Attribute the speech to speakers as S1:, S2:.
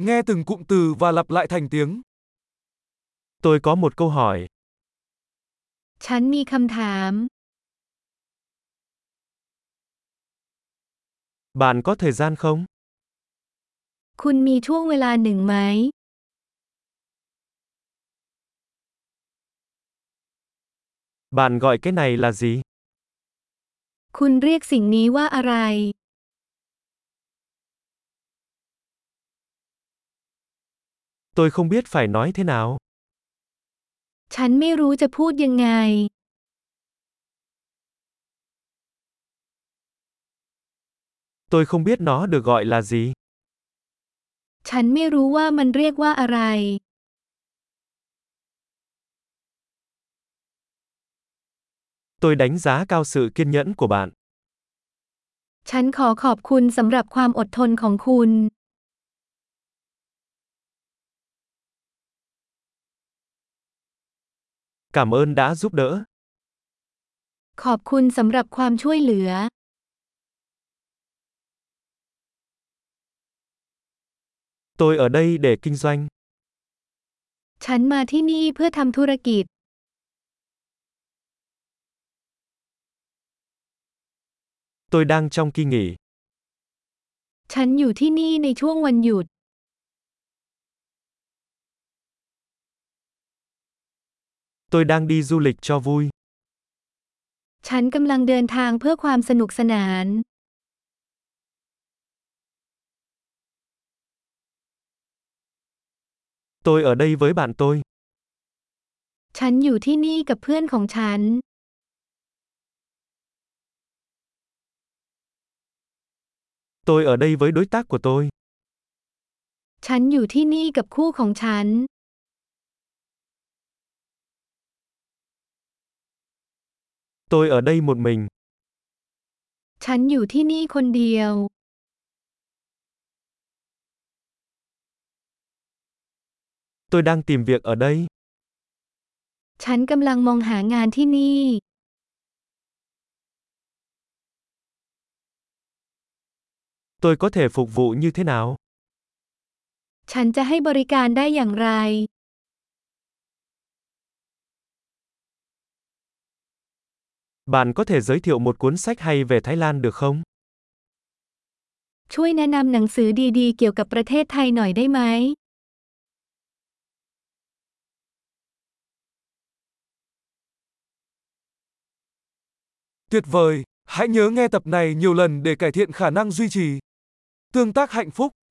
S1: Nghe từng cụm từ và lặp lại thành tiếng.
S2: Tôi có một câu hỏi.
S3: ฉันมีคำถาม
S2: Bạn có thời gian không?
S3: คุณมีช่วงเวลาหนึ่งไหม
S2: Bạn gọi cái này là gì?
S3: คุณเรียกสิ่งนี้ว่าอะไร
S2: Tôi không biết phải nói thế nào.
S3: ฉันไม่รู้จะพูดยังไง
S2: Tôi không biết nó được gọi là gì.
S3: ฉันไม่รู้ว่ามันเรียกว่าอะไร
S2: Tôi đánh giá cao sự kiên nhẫn của bạn.
S3: ฉันขอขอบคุณสำหรับความอดทนของคุณ
S2: Cảm ơn đã giúp đỡ.
S3: ขอบคุณสำหรับความช่วยเหลือ
S2: Tôi ở đây để kinh doanh.
S3: ฉันมาที่นี่เพื่อทำธุรกิจ
S2: Tôi đang trong kỳ nghỉ.
S3: ฉันอยู่ที่นี่ในช่วงวันหยุด
S2: Tôi đang đi du lịch cho vui.
S3: ฉันกำลังเดินทางเพื่อความสนุกสนาน
S2: Tôi ở đây với bạn tôi.
S3: ฉันอยู่ที่นี่กับเพื่อนของฉัน
S2: Tôi ở đây với đối tác của tôi.
S3: ฉันอยู่ที่นี่กับคู่ของฉัน
S2: Tôi ở đây một mình.
S3: ฉันอยู่ที่นี่คนเดียว
S2: Tôi đang tìm việc ở đây.
S3: ฉันกำลังมองหางานที่นี่
S2: Tôi có thể phục vụ như thế nào?
S3: ฉันจะให้บริการได้อย่างไร
S2: Bạn có thể giới thiệu một cuốn sách hay về Thái Lan được không?
S3: ช่วยแนะนำหนังสือดีๆ เกี่ยวกับประเทศไทยหน่อยได้ไหม
S1: Tuyệt vời! Hãy nhớ nghe tập này nhiều lần để cải thiện khả năng duy trì tương tác hạnh phúc.